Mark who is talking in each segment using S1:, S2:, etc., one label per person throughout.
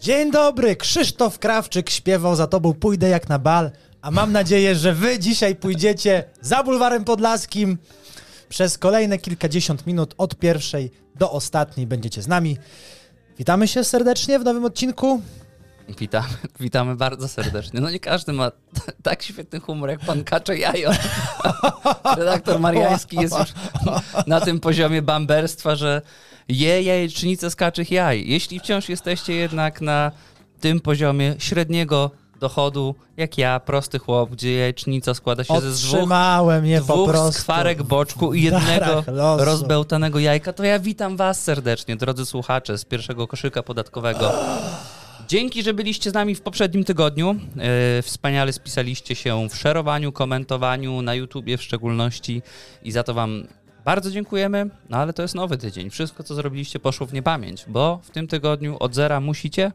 S1: Dzień dobry, Krzysztof Krawczyk śpiewał za tobą Pójdę jak na bal, a mam nadzieję, że wy dzisiaj pójdziecie za Bulwarem Podlaskim. Przez kolejne kilkadziesiąt minut od pierwszej do ostatniej będziecie z nami. Witamy się serdecznie w nowym odcinku.
S2: Witamy, witamy bardzo serdecznie. No nie każdy ma t- tak świetny humor jak pan Kacze Jajo. Redaktor Mariański jest już na tym poziomie bamberstwa, że je jajecznicę z kaczych jaj. Jeśli wciąż jesteście jednak na tym poziomie średniego dochodu, jak ja, prosty chłop, gdzie jajecznica składa się ze z dwóch
S1: Otrzymałem je po
S2: dwóch
S1: prostu.
S2: skwarek boczku i
S1: w darach
S2: jednego
S1: losu.
S2: rozbełtanego jajka, to ja witam was serdecznie, drodzy słuchacze z pierwszego koszyka podatkowego. Dzięki, że byliście z nami w poprzednim tygodniu. Yy, Wspaniale spisaliście się w szerowaniu, komentowaniu, na YouTubie w szczególności i za to wam bardzo dziękujemy, no ale to jest nowy tydzień. Wszystko, co zrobiliście, poszło w niepamięć, bo w tym tygodniu od zera musicie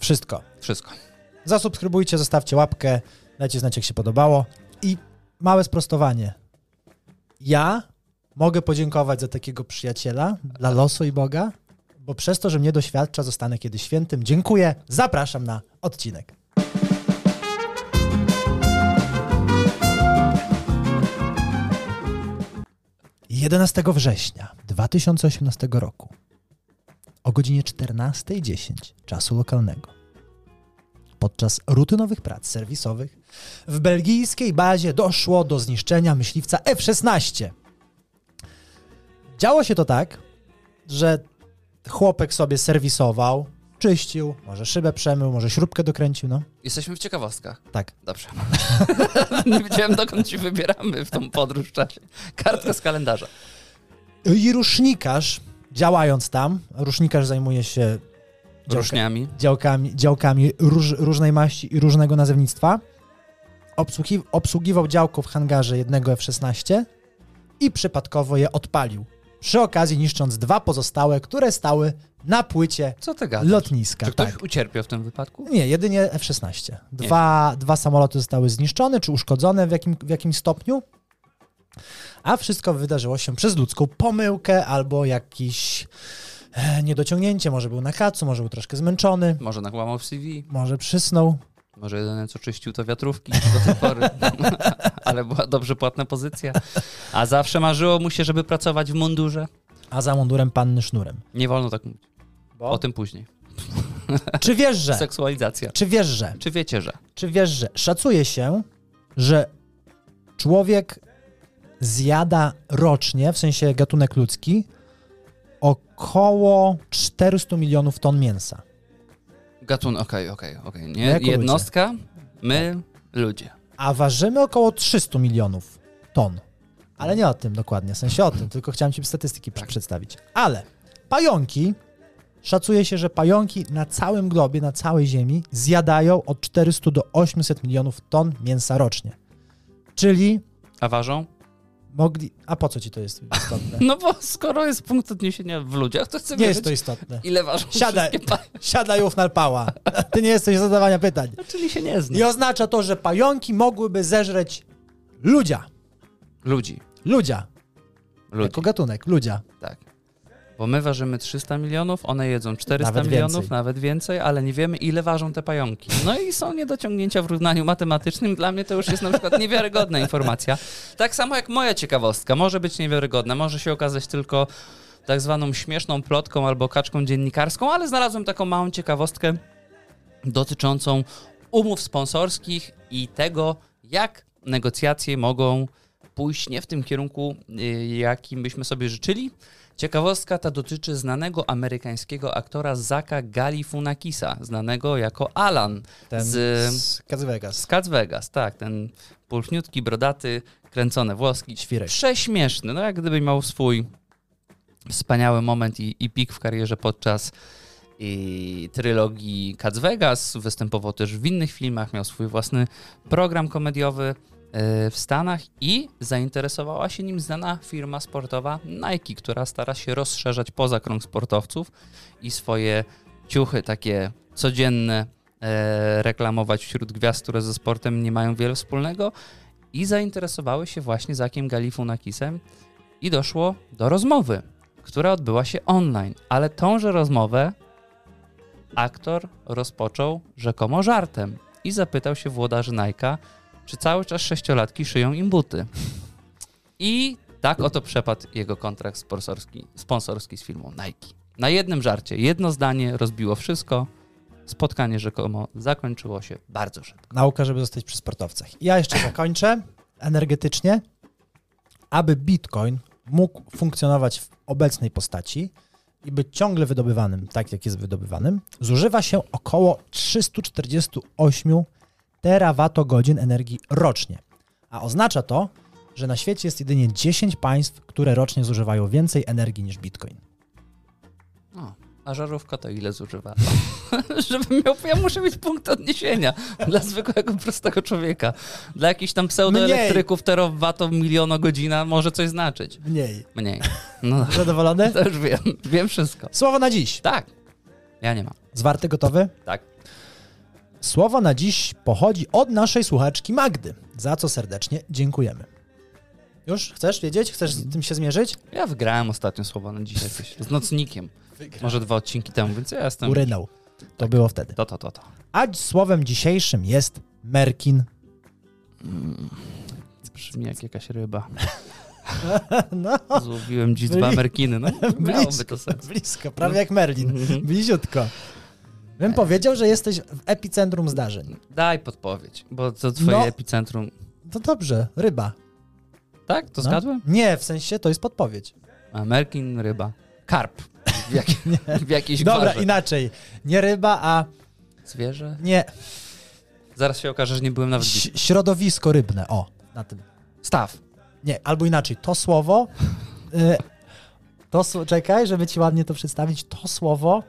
S1: Wszystko.
S2: wszystko.
S1: Zasubskrybujcie, zostawcie łapkę, dajcie znać, jak się podobało. I małe sprostowanie. Ja mogę podziękować za takiego przyjaciela dla losu i Boga, bo przez to, że mnie doświadcza, zostanę kiedyś świętym. Dziękuję, zapraszam na odcinek. ...11 września 2018 roku o godzinie 14.10 czasu lokalnego podczas rutynowych prac serwisowych w belgijskiej bazie doszło do zniszczenia myśliwca F-16. Działo się to tak, że chłopek sobie serwisował, czyścił, może szybę przemył, może śrubkę dokręcił, no
S2: Jesteśmy w ciekawostkach.
S1: tak.
S2: Dobrze. Nie wiedziałem, dokąd się wybieramy w tą podróż w czasie. Kartka z kalendarza.
S1: I rusznikarz, działając tam, rusznikarz zajmuje się działka-
S2: Różniami.
S1: działkami, działkami róż, różnej maści i różnego nazewnictwa. Obsługi, obsługiwał działko w hangarze jednego F-16 i przypadkowo je odpalił. Przy okazji niszcząc dwa pozostałe, które stały na płycie
S2: Co ty gadasz?
S1: lotniska.
S2: Czy ktoś
S1: Tak.
S2: ucierpiał w tym wypadku?
S1: Nie, jedynie F-16. Dwa, dwa samoloty zostały zniszczone czy uszkodzone w, jakim, w jakimś stopniu, a wszystko wydarzyło się przez ludzką pomyłkę albo jakiś e, niedociągnięcie. Może był na kacu, może był troszkę zmęczony.
S2: Może nakłamał w CV,
S1: Może przysnął.
S2: może jedyne co czyścił to wiatrówki do tej pory, ale była dobrze płatna pozycja. A zawsze marzyło mu się, żeby pracować w mundurze.
S1: A za mundurem panny sznurem.
S2: Nie wolno tak mówić. O tym później.
S1: Czy wiesz, że?
S2: Seksualizacja.
S1: Czy wiesz, że?
S2: Czy wiecie, że?
S1: Czy wiesz, że? Szacuje się, że człowiek zjada rocznie, w sensie gatunek ludzki, około 400 milionów ton mięsa.
S2: Gatun, okej, okej, okej.
S1: No Tak.
S2: Nie,
S1: jako
S2: jednostka, my, ludzie.
S1: A ważymy około 300 milionów ton. Ale nie o tym dokładnie, w sensie o tym, tylko chciałem ci statystyki przy- przedstawić. Ale pająki, szacuje się, że pająki na całym globie, na całej Ziemi zjadają od 400 do 800 milionów ton mięsa rocznie. Czyli
S2: A ważą?
S1: mogli... A po co ci to jest istotne?
S2: No bo skoro jest punkt odniesienia w ludziach, to chcę
S1: Nie
S2: wiedzieć,
S1: jest to istotne.
S2: ile ważą
S1: Siadaj.
S2: wszystkie pa-
S1: Siadaj ów narpała. Ty nie jesteś od zadawania pytań.
S2: Czyli się nie
S1: I
S2: zna.
S1: oznacza to, że pająki mogłyby zeżreć ludzia.
S2: Ludzi.
S1: Ludzia.
S2: Ludzi.
S1: Jako gatunek, ludzia.
S2: Tak. Bo my ważymy 300 milionów, one jedzą 400
S1: Nawet
S2: milionów,
S1: więcej.
S2: nawet więcej, ale nie wiemy, ile ważą te pająki. No i są niedociągnięcia w równaniu matematycznym. Dla mnie to już jest na przykład niewiarygodna informacja. Tak samo jak moja ciekawostka. Może być niewiarygodna, może się okazać tylko tak zwaną śmieszną plotką albo kaczką dziennikarską, ale znalazłem taką małą ciekawostkę dotyczącą umów sponsorskich i tego, jak negocjacje mogą pójść nie w tym kierunku, y, jakim byśmy sobie życzyli. Ciekawostka ta dotyczy znanego amerykańskiego aktora Zaka Galifunakisa, znanego jako Alan
S1: Ten
S2: z,
S1: z Las
S2: z
S1: Vegas.
S2: Cats Vegas. Tak, ten pulchniutki, brodaty, kręcone włoski,
S1: Świrek.
S2: prześmieszny, no jak gdyby miał swój wspaniały moment i, i pik w karierze podczas i, trylogii Cats Vegas, występował też w innych filmach, miał swój własny program komediowy e, w Stanach i zainteresowała się nim znana firma sportowa Nike, która stara się rozszerzać poza krąg sportowców i swoje ciuchy takie codzienne e, reklamować wśród gwiazd, które ze sportem nie mają wiele wspólnego i zainteresowały się właśnie Zakiem Galifunakisem i doszło do rozmowy, która odbyła się online, ale tąże rozmowę aktor rozpoczął rzekomo żartem i zapytał się włodarzy Nike'a, czy cały czas sześciolatki szyją im buty. I tak oto przepadł jego kontrakt sponsorski, sponsorski z filmu Nike. Na jednym żarcie, jedno zdanie rozbiło wszystko. Spotkanie rzekomo zakończyło się bardzo szybko.
S1: Nauka, żeby zostać przy sportowcach. I Ja jeszcze zakończę energetycznie. Aby Bitcoin mógł funkcjonować w obecnej postaci i być ciągle wydobywanym, tak jak jest wydobywanym, zużywa się około 348 terawatogodzin energii rocznie. A oznacza to, że na świecie jest jedynie 10 państw, które rocznie zużywają więcej energii niż Bitcoin.
S2: O, a żarówka to ile zużywa? Żebym miał, ja muszę mieć punkt odniesienia dla zwykłego, prostego człowieka. Dla jakichś tam pseudoelektryków terowatów miliono godzina może coś znaczyć.
S1: Mniej.
S2: Mniej. No dobra,
S1: Zadowolony?
S2: to już wiem. Wiem wszystko.
S1: Słowo na dziś.
S2: Tak. Ja nie mam.
S1: Zwarty, gotowy?
S2: Tak.
S1: Słowo na dziś pochodzi od naszej słuchaczki Magdy, za co serdecznie dziękujemy. Już? Chcesz wiedzieć? Chcesz z tym się zmierzyć?
S2: Ja wygrałem ostatnio słowo na dzisiaj coś. Z nocnikiem. Może dwa odcinki temu, więc ja jestem.
S1: Urynał. To było wtedy.
S2: To, to, to, to.
S1: A słowem dzisiejszym jest merkin.
S2: Brzmi jak jakaś ryba.
S1: No,
S2: Złowiłem dziś dwa
S1: Byli-
S2: merkiny. No, miałoby to sens.
S1: blisko, prawie jak Merlin. Bliziutko. Bym powiedział, że jesteś w epicentrum zdarzeń.
S2: Daj podpowiedź, bo to twoje
S1: No.
S2: epicentrum.
S1: To dobrze, ryba.
S2: Tak? To
S1: No.
S2: zgadłem?
S1: Nie, w sensie to jest podpowiedź.
S2: A merkin, ryba. Karp. W, jak, w jakiejś
S1: Dobra,
S2: gwarze.
S1: inaczej. Nie ryba, a
S2: Zwierzę.
S1: nie
S2: Zaraz się okaże, że nie byłem nawet dziś.
S1: ś- środowisko rybne. O, na tym.
S2: Staw.
S1: Nie, albo inaczej, to słowo. y, To, sł- czekaj, żeby ci ładnie to przedstawić. To słowo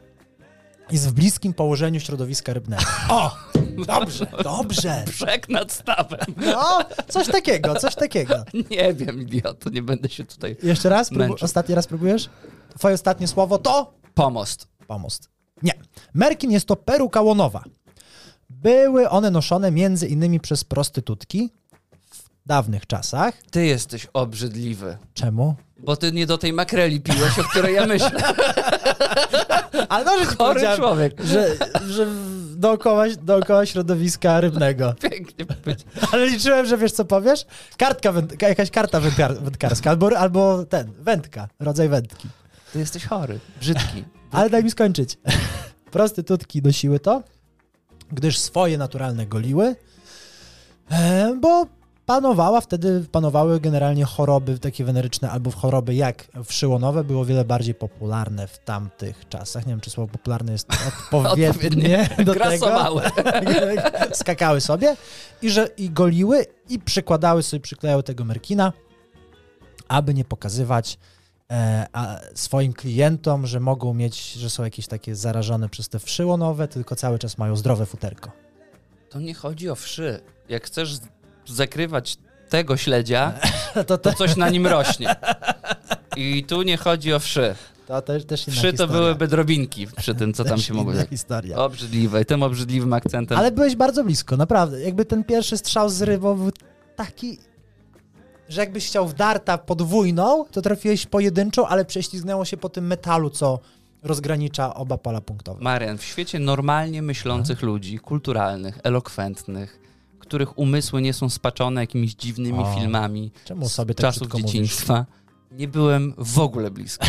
S1: jest w bliskim położeniu środowiska rybnego. O!
S2: No.
S1: Dobrze, dobrze.
S2: Brzeg nad stawem.
S1: No, coś takiego, coś takiego.
S2: Nie wiem, idioto, nie będę się tutaj...
S1: Jeszcze raz, próbu-
S2: Męczę.
S1: ostatni raz próbujesz? Twoje ostatnie słowo to
S2: Pomost.
S1: pomost. Nie. Merkin jest to peruka łonowa. Były one noszone między innymi przez prostytutki w dawnych czasach.
S2: Ty jesteś obrzydliwy.
S1: Czemu?
S2: Bo ty nie do tej makreli piłeś, o której ja myślę.
S1: Ale dobrze ci
S2: Chory
S1: powiedziałem,
S2: człowiek.
S1: że, że w- dookoła, dookoła środowiska rybnego.
S2: Pięknie powiedział.
S1: Ale liczyłem, że wiesz co powiesz? Kartka węd- jakaś karta wędkar- wędkarska albo, albo ten, wędka, rodzaj wędki.
S2: Ty jesteś chory, brzydki.
S1: Ale daj mi skończyć. Prostytutki nosiły to, gdyż swoje naturalne goliły, e, bo panowała wtedy, panowały generalnie choroby takie weneryczne albo choroby jak wszyłonowe, było wiele bardziej popularne w tamtych czasach. Nie wiem, czy słowo popularne jest odpowiednie do tego.
S2: Tak Grasomałe.
S1: Tak, skakały sobie i że i goliły i przykładały sobie, przyklejały tego merkina, aby nie pokazywać e, a, swoim klientom, że mogą mieć, że są jakieś takie zarażone przez te wszyłonowe, tylko cały czas mają zdrowe futerko.
S2: To nie chodzi o wszy. Jak chcesz z- zakrywać tego śledzia,
S1: To,
S2: to
S1: to,
S2: coś na nim rośnie. I tu nie chodzi o wszy.
S1: to też, też inna
S2: Wszy to
S1: historia.
S2: byłyby drobinki przy tym, co tam
S1: Też
S2: się mogło
S1: inna
S2: dziać.
S1: historia.
S2: Obrzydliwe. I tym obrzydliwym akcentem.
S1: Ale byłeś bardzo blisko, naprawdę. Jakby ten pierwszy strzał z rybą był taki, że jakbyś chciał w darta podwójną, to trafiłeś pojedynczą, ale prześlizgnęło się po tym metalu, co rozgranicza oba pola punktowe.
S2: Marian, w świecie normalnie myślących
S1: No.
S2: ludzi, kulturalnych, elokwentnych, których umysły nie są spaczone jakimiś dziwnymi
S1: O.
S2: filmami,
S1: Czemu sobie
S2: z
S1: tak
S2: czasów
S1: szybko mówisz?
S2: dzieciństwa. Nie byłem w ogóle blisko.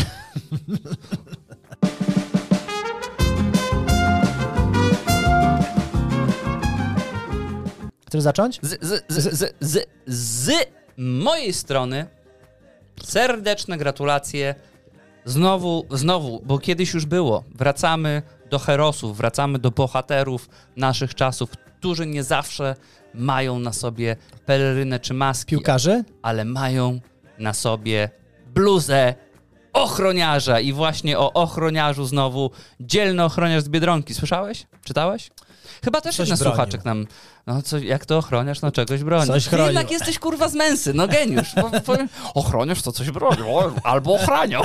S1: Chcesz zacząć?
S2: Z, z, z, z, z, z mojej strony serdeczne gratulacje. Znowu, znowu, bo kiedyś już było. Wracamy do herosów, wracamy do bohaterów naszych czasów, którzy nie zawsze mają na sobie pelerynę czy maski,
S1: Piłkarzy?
S2: ale mają na sobie bluzę ochroniarza. I właśnie o ochroniarzu znowu dzielny ochroniarz z Biedronki. Słyszałeś? Czytałeś? Chyba też
S1: Coś
S2: jeden
S1: bronił.
S2: słuchaczek nam. No co, jak to ochroniarz, no czegoś broni.
S1: Coś
S2: Ty jednak
S1: chronił.
S2: jesteś kurwa z męsy, no geniusz. Po, po, ochroniarz to coś bronił, o, albo ochraniał.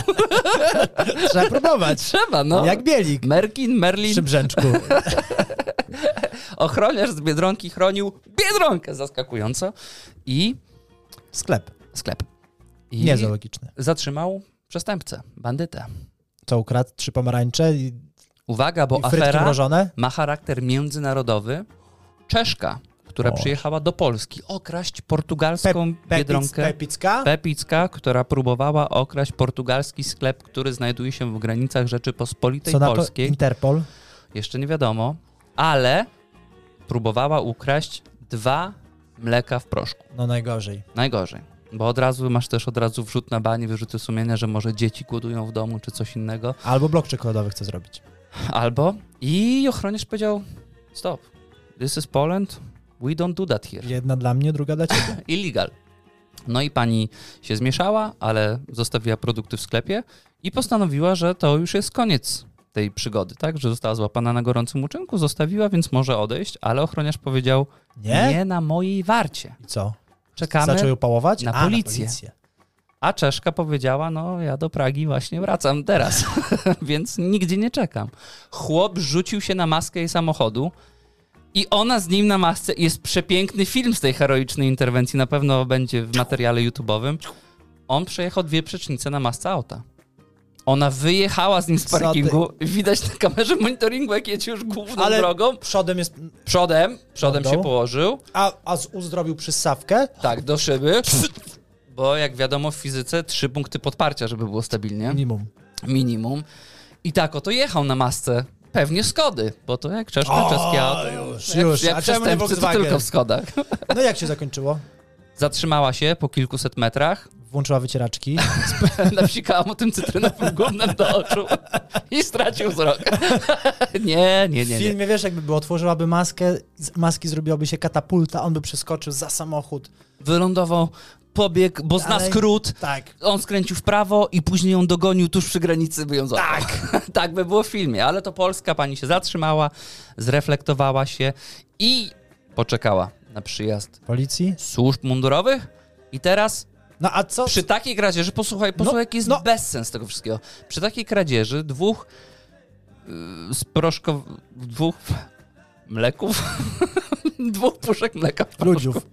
S1: Trzeba próbować.
S2: Trzeba, no.
S1: Jak bielik
S2: Merkin,
S1: w
S2: Merlin,
S1: Szybrzęczku.
S2: ochroniarz z Biedronki chronił Biedronkę zaskakująco i
S1: Sklep.
S2: sklep. I
S1: Nie zoologiczny.
S2: zatrzymał przestępcę, bandytę.
S1: Co ukradł? Trzy pomarańcze i
S2: Uwaga, bo
S1: I frytki
S2: afera
S1: mrożone?
S2: ma charakter międzynarodowy. Czeszka, która
S1: O.
S2: przyjechała do Polski okraść portugalską biedronkę.
S1: Pepicka?
S2: Pepicka, która próbowała okraść portugalski sklep, który znajduje się w granicach Rzeczypospolitej
S1: Co na to
S2: Polskiej.
S1: Interpol?
S2: Jeszcze nie wiadomo, ale próbowała ukraść dwa mleka w proszku.
S1: No najgorzej.
S2: Najgorzej. Bo od razu masz też od razu wrzut na bani, wyrzuty sumienia, że może dzieci głodują w domu czy coś innego.
S1: Albo blok czekoladowy chce zrobić.
S2: Albo i ochroniarz powiedział: Stop, this is Poland, we don't do that here.
S1: Jedna dla mnie, druga dla ciebie.
S2: Illegal. No i pani się zmieszała, ale zostawiła produkty w sklepie i postanowiła, że to już jest koniec tej przygody, tak? Że została złapana na gorącym uczynku, zostawiła, więc może odejść, ale ochroniarz powiedział:
S1: Nie?
S2: Nie, na mojej warcie.
S1: I co?
S2: Czekamy.
S1: Zaczął ją pałować?
S2: na
S1: A,
S2: policję. A Czeszka powiedziała, no ja do Pragi właśnie wracam teraz, więc nigdzie nie czekam. Chłop rzucił się na maskę jej samochodu i ona z nim na masce. Jest przepiękny film z tej heroicznej interwencji, na pewno będzie w materiale YouTubeowym. On przejechał dwie przecznice na masce auta. Ona wyjechała z nim z
S1: Co ty?
S2: parkingu. Widać na kamerze monitoringu, jak jedzie już główną
S1: Ale-
S2: drogą.
S1: Przodem jest...
S2: Przodem, przodem
S1: Drogą?
S2: się położył.
S1: A, a z uzdrowił przysawkę?
S2: Tak, do szyby. Bo jak wiadomo w fizyce trzy punkty podparcia, żeby było stabilnie.
S1: Minimum.
S2: Minimum. I tak oto jechał na masce. Pewnie Skody, bo to jak czeszka,
S1: O,
S2: czeska, to
S1: już,
S2: jak,
S1: już.
S2: jak
S1: A czemu nie
S2: przestępcy, to
S1: Volkswagen?
S2: tylko w Skodach.
S1: No jak się zakończyło?
S2: Zatrzymała się po kilkuset metrach,
S1: Włączyła wycieraczki.
S2: napsikała mu tym cytrynowym gumnem do oczu i stracił wzrok. nie, nie, nie,
S1: W
S2: nie.
S1: filmie, wiesz, jakby było, otworzyłaby maskę, z maski zrobiłaby się katapulta, on by przeskoczył za samochód.
S2: Wylądował, pobiegł, bo zna
S1: Dalej.
S2: skrót.
S1: Tak.
S2: On skręcił w prawo i później ją dogonił tuż przy granicy, by ją złapał. Tak. tak by było w filmie, ale to Polska pani się zatrzymała, zreflektowała się i poczekała na przyjazd
S1: Policji?
S2: służb mundurowych. I teraz
S1: No a co?
S2: przy takiej kradzieży, posłuchaj, posłuchaj jaki jest
S1: no.
S2: bezsens tego wszystkiego. Przy takiej kradzieży dwóch yy, z proszko... dwóch mleków, dwóch puszek mleka w proszku
S1: Ludziów.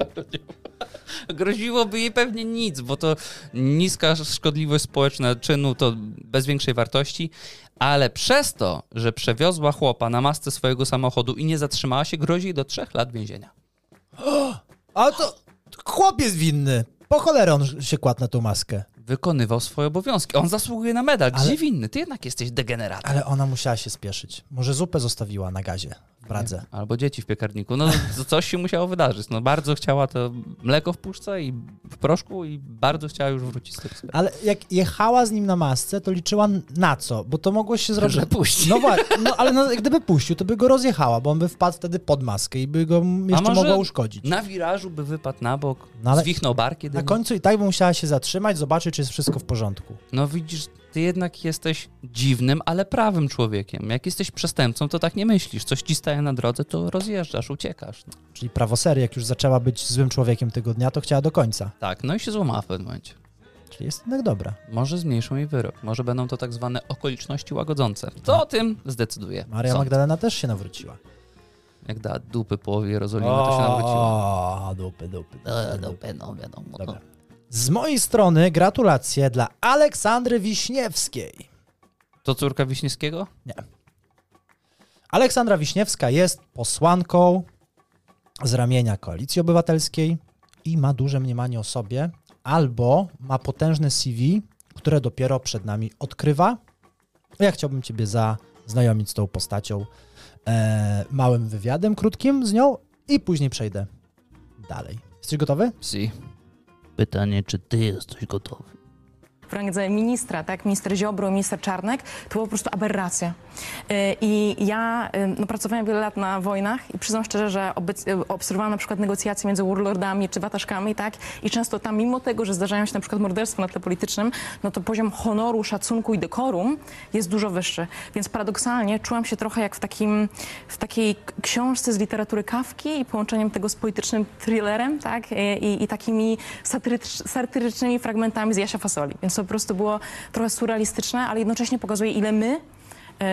S2: groziłoby jej pewnie nic, bo to niska szkodliwość społeczna czynu to bez większej wartości, ale przez to, że przewiozła chłopa na masce swojego samochodu i nie zatrzymała się, grozi jej do trzech lat więzienia.
S1: A to chłop jest winny. Po cholerę on się kładł na tą maskę.
S2: Wykonywał swoje obowiązki. On zasługuje na medal. Gdzie
S1: Ale-
S2: winny? Ty jednak jesteś degeneratem.
S1: Ale ona musiała się spieszyć. Może zupę zostawiła na gazie w Pradze.
S2: Albo dzieci w piekarniku. No co- coś się musiało wydarzyć. No bardzo chciała to mleko w puszce i w proszku i bardzo chciała już wrócić z tych spraw.
S1: Ale jak jechała z nim na masce, to liczyła na co? Bo to mogło się zrobić...
S2: Że puści.
S1: No właśnie, no ale no, gdyby puścił, to by go rozjechała, bo on by wpadł wtedy pod maskę i by go jeszcze
S2: może-
S1: mogła uszkodzić.
S2: Na wirażu by wypadł na bok,
S1: No ale-
S2: zwichnął bar kiedy
S1: Na końcu i tak by musiała się zatrzymać, zobaczyć, czy jest wszystko w porządku.
S2: No widzisz, ty jednak jesteś dziwnym, ale prawym człowiekiem. Jak jesteś przestępcą, to tak nie myślisz. Coś ci staje na drodze, to rozjeżdżasz, uciekasz. No.
S1: Czyli prawosery, jak już zaczęła być złym człowiekiem tego dnia, to chciała do końca.
S2: Tak, no i się złamała w pewnym momencie.
S1: Czyli jest jednak dobra.
S2: Może zmniejszą jej wyrok, może będą to tak zwane okoliczności łagodzące. Co o tym zdecyduje
S1: Tak. Maria
S2: sąd.
S1: Magdalena też się nawróciła.
S2: Jak da dupy połowie Jerozolimy, to się nawróciło.
S1: O, dupy, dupy,
S2: No,
S1: dupy,
S2: no,
S1: dupy.
S2: no, wiadomo.
S1: Dobra. Z mojej strony gratulacje dla Aleksandry Wiśniewskiej.
S2: To córka Wiśniewskiego?
S1: Aleksandra Wiśniewska jest posłanką z ramienia Koalicji Obywatelskiej i ma duże mniemanie o sobie, albo ma potężne CV, które dopiero przed nami odkrywa. No, Ja chciałbym Ciebie zaznajomić z tą postacią e, małym wywiadem krótkim z nią i później przejdę dalej. Jesteś gotowy?
S2: Si.
S3: Pytanie, czy ty jesteś gotowy?
S4: w randze ministra, tak, minister Ziobro, minister Czarnek, to była po prostu aberracja. Y, I ja y, no, pracowałem wiele lat na wojnach i przyznam szczerze, że obec- y, obserwowałam na przykład negocjacje między warlordami czy wataszkami, tak, i często tam, mimo tego, że zdarzają się na przykład morderstwa na tle politycznym, no to poziom honoru, szacunku i dekorum jest dużo wyższy. Więc paradoksalnie czułam się trochę jak w, takim, w takiej k- książce z literatury Kawki i połączeniem tego z politycznym thrillerem, tak, y, i, i takimi satyrycz, satyrycznymi fragmentami z Jasia Fasoli. Więc to po prostu było trochę surrealistyczne, ale jednocześnie pokazuje, ile e, my,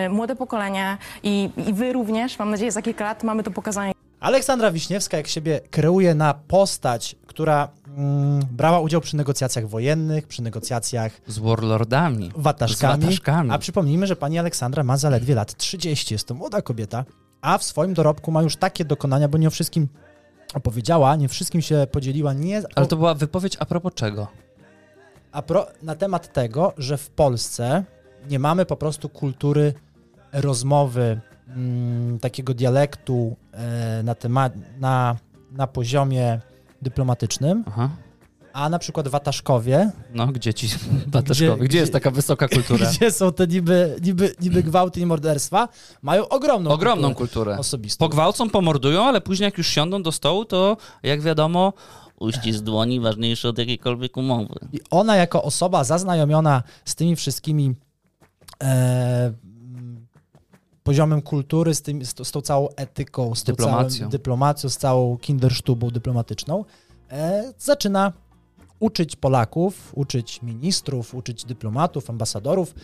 S4: y, młode pokolenie i, i wy również, mam nadzieję, za kilka lat mamy to pokazanie
S1: Aleksandra Wiśniewska, jak siebie kreuje na postać, która mm, brała udział przy negocjacjach wojennych, przy negocjacjach
S2: Z warlordami.
S1: wataszkami.
S2: Z wataszkami.
S1: A przypomnijmy, że pani Aleksandra ma zaledwie lat 30, jest to młoda kobieta, a w swoim dorobku ma już takie dokonania, bo nie o wszystkim opowiedziała, nie wszystkim się podzieliła, nie...
S2: Ale to była wypowiedź a propos czego?
S1: A pro, na temat tego, że w Polsce nie mamy po prostu kultury rozmowy, mm, takiego dialektu e, na, temat, na, na poziomie dyplomatycznym,
S2: Aha.
S1: a na przykład w Ataszkowie,
S2: No, gdzie ci bataszkowie? Gdzie,
S1: gdzie-
S2: jest taka wysoka kultura?
S1: gdzie są te niby, niby, niby gwałty i morderstwa, mają ogromną,
S2: Ogromną
S1: kulturę
S2: kulturę.
S1: osobistą.
S2: Pogwałcą, pomordują, ale później jak już siądą do stołu, to jak wiadomo,
S3: Uścisk dłoni ważniejszy od jakiejkolwiek umowy.
S1: I ona jako osoba zaznajomiona z tymi wszystkimi e, mm, poziomem kultury, z, tym, z, tą- z tą całą etyką, z tą
S2: Dyplomacją.
S1: Całą dyplomacją, z całą kindersztubą dyplomatyczną, e, zaczyna uczyć Polaków, uczyć ministrów, uczyć dyplomatów, ambasadorów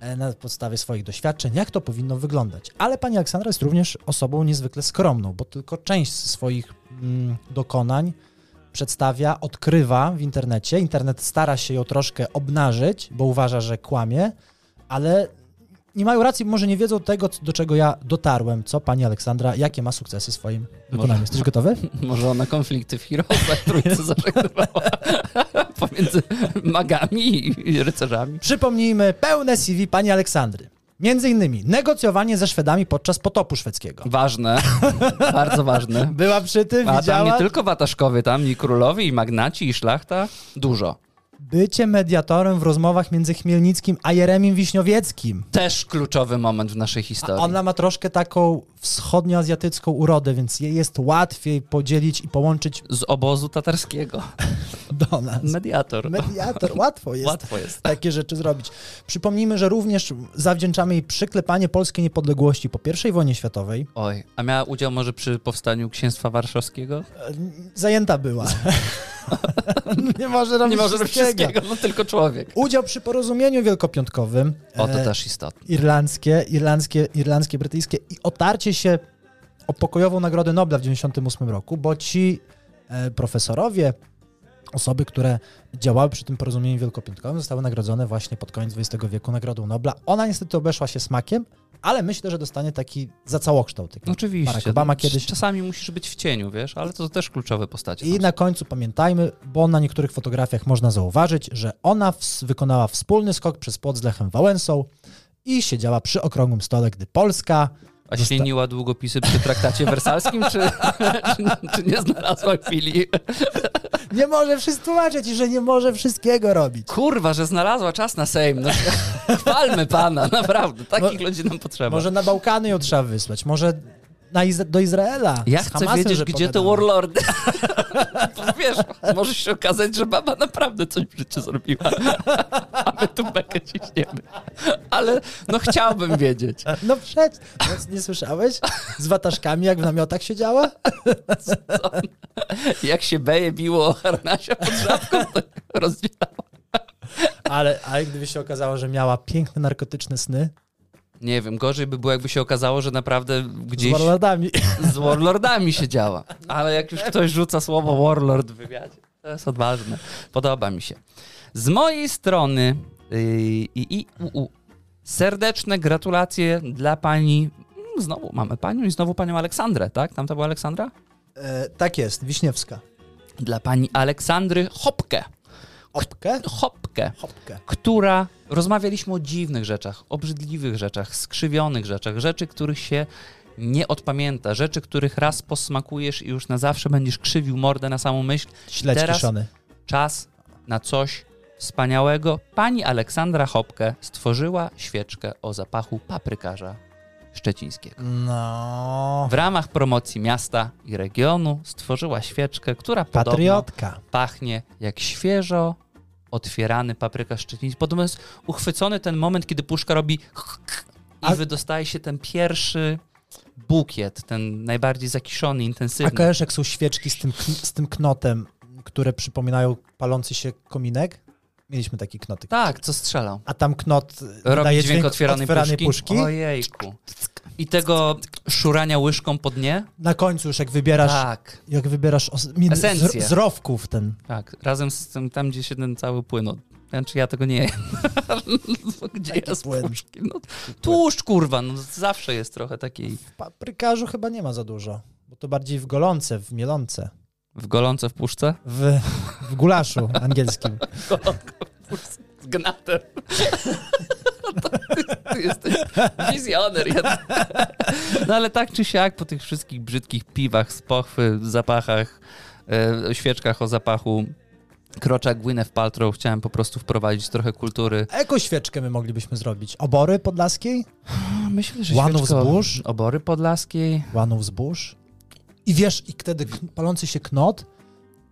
S1: e, na podstawie swoich doświadczeń, jak to powinno wyglądać. Ale pani Aleksandra jest również osobą niezwykle skromną, bo tylko część z swoich mm, dokonań przedstawia, odkrywa w internecie. Internet stara się ją troszkę obnażyć, bo uważa, że kłamie, ale nie mają racji, bo może nie wiedzą tego, c- do czego ja dotarłem, co pani Aleksandra, jakie ma sukcesy w swoim wykonaniu. Jesteś gotowy?
S2: może ona konflikty w Heroesach trójce zażegnowała pomiędzy magami i rycerzami.
S1: Przypomnijmy pełne CV pani Aleksandry. Między innymi negocjowanie ze Szwedami podczas potopu szwedzkiego.
S2: Ważne, bardzo ważne.
S1: Była przy tym,
S2: A tam nie
S1: widziała.
S2: tylko wataszkowie, tam i królowi, i magnaci, i szlachta. Dużo.
S1: Bycie mediatorem w rozmowach między Chmielnickim a Jeremim Wiśniowieckim.
S2: Też kluczowy moment w naszej
S1: A
S2: historii.
S1: ona ma troszkę taką wschodnioazjatycką urodę, więc jej jest łatwiej podzielić i połączyć
S2: Z obozu tatarskiego.
S1: do nas.
S2: Mediator.
S1: Mediator, łatwo jest
S2: Łatwo jest.
S1: takie rzeczy zrobić. Przypomnijmy, że również zawdzięczamy jej przyklepanie polskiej niepodległości po I wojnie światowej.
S2: Oj, a miała udział może przy powstaniu Księstwa Warszawskiego?
S1: E, Zajęta była. nie może robić
S2: Nie może robić
S1: wszystkiego.
S2: wszystkiego, no tylko człowiek.
S1: Udział przy porozumieniu wielkopiątkowym.
S2: O, to
S1: e,
S2: też istotne.
S1: irlandzkie, irlandzkie, irlandzkie, brytyjskie i otarcie się o pokojową Nagrodę Nobla w 98 roku, bo ci e, profesorowie, osoby, które działały przy tym porozumieniu wielkopiątkowym, zostały nagrodzone właśnie pod koniec XX wieku Nagrodą Nobla. Ona niestety obeszła się smakiem, ale myślę, że dostanie taki za całokształt. Taki Barack
S2: Oczywiście.
S1: Obama
S2: no,
S1: kiedyś...
S2: Czasami musisz być w cieniu, wiesz, ale to też kluczowe postacie.
S1: I
S2: są.
S1: na końcu pamiętajmy, bo na niektórych fotografiach można zauważyć, że ona ws- wykonała wspólny skok przez płot z Lechem Wałęsą i siedziała przy okrągłym stole, gdy Polska
S2: A śliniła długopisy przy traktacie wersalskim, czy, czy, czy nie znalazła chwili?
S1: Nie może wszystko tłumaczyć i że nie może wszystkiego robić.
S2: Kurwa, że znalazła czas na Sejm. No, chwalmy pana, naprawdę. Takich ludzi nam potrzeba.
S1: Może na Bałkany ją trzeba wysłać, może na Iz- do Izraela.
S2: Ja
S1: z
S2: chcę
S1: Hamasem,
S2: wiedzieć,
S1: że
S2: gdzie te
S1: pogadamy.
S2: warlordy. Bo Wiesz, może się okazać, że baba naprawdę coś w życiu zrobiła. A my tu bekę ciśniemy. Ale no chciałbym wiedzieć.
S1: No przecież, no, nie słyszałeś? Z wataszkami, jak w namiotach siedziała?
S2: Jak się beje biło o harnasia pod żabką, to rozdzielało.
S1: Ale, ale gdyby się okazało, że miała piękne narkotyczne sny
S2: Nie wiem, gorzej by było, jakby się okazało, że naprawdę
S1: z
S2: gdzieś
S1: warladami.
S2: z warlordami się działa. Ale jak już ktoś rzuca słowo warlord w wywiadzie, to jest odważne. Podoba mi się. Z mojej strony yy, i i u, u, serdeczne gratulacje dla pani. mm, Znowu mamy panią i znowu panią Aleksandrę, tak? Tam to była Aleksandra?
S1: E, tak jest, Wiśniewska.
S2: Dla pani Aleksandry Hopkę.
S1: Opkę?
S2: Hopkę.
S1: Hopkę.
S2: która rozmawialiśmy o dziwnych rzeczach, obrzydliwych rzeczach, skrzywionych rzeczach, rzeczy, których się nie odpamięta, rzeczy, których raz posmakujesz i już na zawsze będziesz krzywił mordę na samą myśl.
S1: Śledź
S2: Teraz
S1: kiszony.
S2: czas na coś wspaniałego. Pani Aleksandra Hopke stworzyła świeczkę o zapachu paprykarza szczecińskiego.
S1: No.
S2: W ramach promocji miasta i regionu stworzyła świeczkę, która podobno
S1: Patriotka.
S2: pachnie jak świeżo otwierany papryka szczeciński. Podobno jest uchwycony ten moment, kiedy puszka robi i
S1: A-
S2: wydostaje się ten pierwszy bukiet, ten najbardziej zakiszony,
S1: A
S2: intensywny.
S1: kojarzysz, jak są świeczki z tym, kn- z tym knotem, które przypominają palący się kominek? Mieliśmy taki knotyk.
S2: Tak, co strzelał.
S1: a tam knot
S2: Robi
S1: daje
S2: dźwięk otwieranej puszki.
S1: puszki.
S2: Ojejku. I tego szurania łyżką po dnie?
S1: Na końcu już jak wybierasz,
S2: Tak,
S1: jak wybierasz os- min-
S2: Esencję.
S1: z, z rowków ten.
S2: tak. Razem z tym, tam gdzie się ten cały płyn od... Znaczy ja tego nie jem. gdzie
S1: Taki
S2: jest
S1: płyn.
S2: tłuszcz? No, tłuszcz, kurwa, no zawsze jest trochę takiej
S1: W paprykarzu chyba nie ma za dużo, bo to bardziej w golące, w mielonce,
S2: w golące w puszce.
S1: w, w gulaszu angielskim.
S2: Gnater. Ty jesteś wizjoner. jeden. No ale tak czy siak, po tych wszystkich brzydkich piwach z pochwy, zapachach, e, świeczkach o zapachu, krocza Gwyneth Paltrow, chciałem po prostu wprowadzić trochę kultury.
S1: Ekoświeczkę my moglibyśmy zrobić. Obory podlaskiej,
S2: Myślę, że
S1: Łanów
S2: świeczko-
S1: zbóż?
S2: Obory Podlaskiej.
S1: łanów zbóż. I wiesz, i wtedy k- palący się knot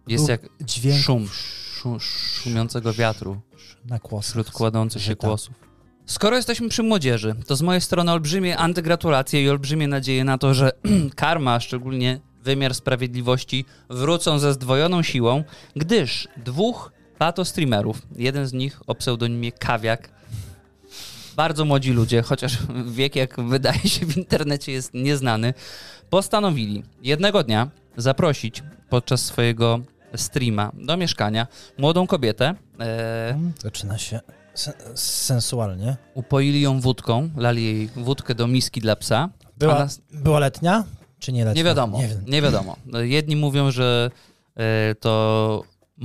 S2: Jest
S1: był
S2: jak
S1: dźwięk
S2: szum, szu, szumiącego wiatru.
S1: na kłosy.
S2: wśród kładących się
S1: Żyta.
S2: głosów. Skoro jesteśmy przy młodzieży, to z mojej strony olbrzymie antygratulacje i olbrzymie nadzieje na to, że karma, a szczególnie wymiar sprawiedliwości, wrócą ze zdwojoną siłą, gdyż dwóch pato streamerów, jeden z nich o pseudonimie Kawiak, bardzo młodzi ludzie, chociaż wiek, jak wydaje się w internecie, jest nieznany, postanowili jednego dnia zaprosić podczas swojego streama do mieszkania młodą kobietę. E,
S1: Mm, Zaczyna się se- sensualnie.
S2: Upoili ją wódką, lali jej wódkę do miski dla psa.
S1: Była,
S2: A nas-
S1: była letnia, czy nie letnia?
S2: Nie wiadomo,
S1: Nie wiem.
S2: nie wiadomo. Jedni mówią, że e, to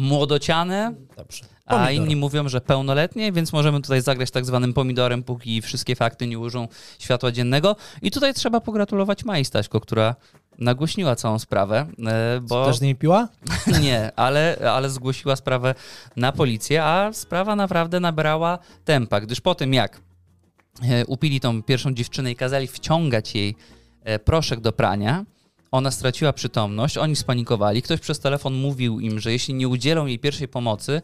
S2: młodociane,
S1: Dobrze.
S2: a
S1: Pomidor.
S2: inni mówią, że pełnoletnie, więc możemy tutaj zagrać tak zwanym pomidorem, póki wszystkie fakty nie ułożą światła dziennego. I tutaj trzeba pogratulować Mai Staśko, która nagłośniła całą sprawę, e, bo...
S1: Też nie piła?
S2: Nie, ale, ale zgłosiła sprawę na policję, a sprawa naprawdę nabrała tempa, gdyż po tym jak e, upili tą pierwszą dziewczynę i kazali wciągać jej e, proszek do prania, ona straciła przytomność, oni spanikowali, ktoś przez telefon mówił im, że jeśli nie udzielą jej pierwszej pomocy,